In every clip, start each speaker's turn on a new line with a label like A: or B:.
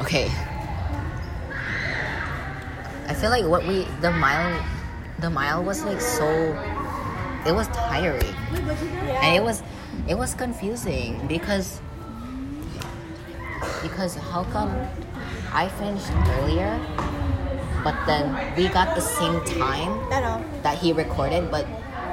A: Okay. I feel like what we the mile the mile was like so it was tiring. And it was it was confusing because because how come I finished earlier but then we got the same time
B: I know.
A: that he recorded, but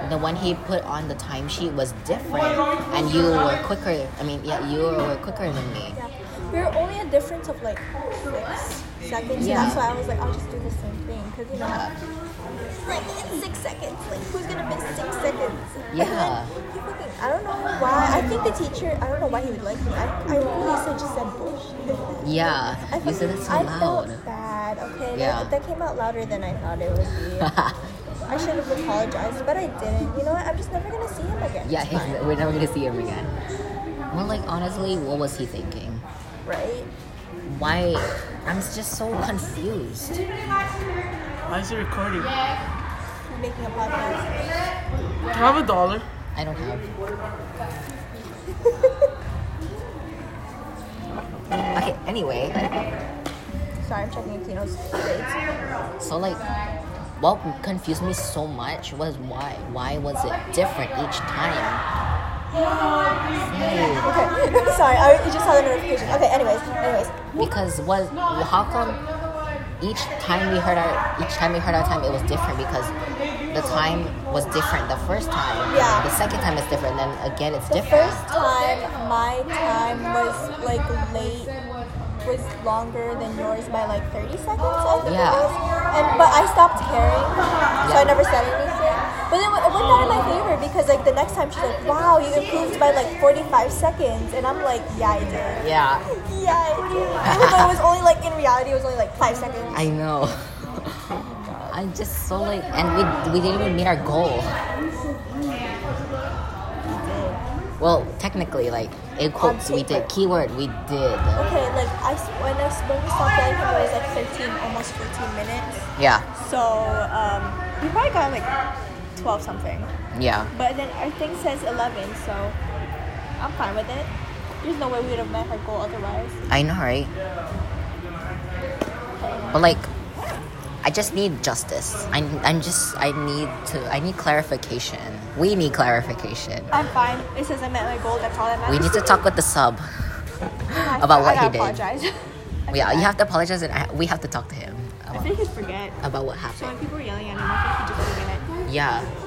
A: the one he put on the timesheet was different, and you were quicker. I mean, yeah, you were quicker than me.
B: Yeah. We were only a difference of like six seconds.
A: Yeah.
B: Yeah. That's why I was like, I'll just do the same thing. Because, you know,
A: Uh,
B: like it's six seconds. Like, who's going to miss six seconds? And then
A: Yeah.
B: he fucking, I don't know why. I think the teacher, I don't know why he would like me. I, I really said, just said bullshit.
A: Yeah,
B: I
A: you said it
B: fucking-
A: so
B: I
A: loud.
B: felt bad, okay? That-
A: Yeah.
B: That, came out louder than I thought it would be. I should have apologized, but I didn't. You know what? I'm just never going to see him again.
A: yeah,
B: It's fine.
A: we're never gonna see him again. Well, like honestly, what was he thinking?
B: Right?
A: Why? I'm just so confused.
C: Why is it recording?
B: Making a podcast.
C: I have a dollar.
A: I don't have. okay. Anyway,
B: Sorry, I'm checking Akino's grades.
A: So like, what confused me so much was why why was it different each time? No,
B: Okay, sorry, I you just saw the notification. Okay, anyways, anyways.
A: because was how come each time we heard our each time we heard our time it was different because the time was different the first time.
B: Yeah.
A: The second time is different. Then again it's
B: The
A: different.
B: first time, my time was like late, was longer than yours by like 30 seconds, I think
A: Yeah.
B: it was. And, but I stopped caring, so I
A: Yeah.
B: never said anything. But then it went out in my favor because like the next time she's like, wow, you improved by like 45 seconds. And I'm like, yeah, I did.
A: Yeah.
B: Yeah, I did. Even though it was only like, in reality, it was only like five seconds.
A: I know. I'm just so like, and we we didn't even meet our goal. Well, technically, like in quotes, we did. Keyword, we did.
B: Okay, like I, s- when I, s- when we stopped driving, it was like 13, almost 14 minutes.
A: Yeah,
B: So um, we probably got like 12 something.
A: yeah,
B: But then our thing says 11, so I'm fine with it. There's no way we would have met her goal otherwise.
A: I know, right? But like, I just need justice. I I'm just I need to I need clarification. We need clarification.
B: I'm fine. It says I met my goal. That's all that
A: We
B: matters.
A: need to talk with the sub.
B: I-
A: about what he
B: I gotta
A: did.
B: apologize.
A: Yeah, you have to apologize, and I, we have to talk to him
B: I
A: about,
B: think he'd forget.
A: about what
B: So
A: happened.
B: when people were yelling at him, I think he just forget.
A: Yeah,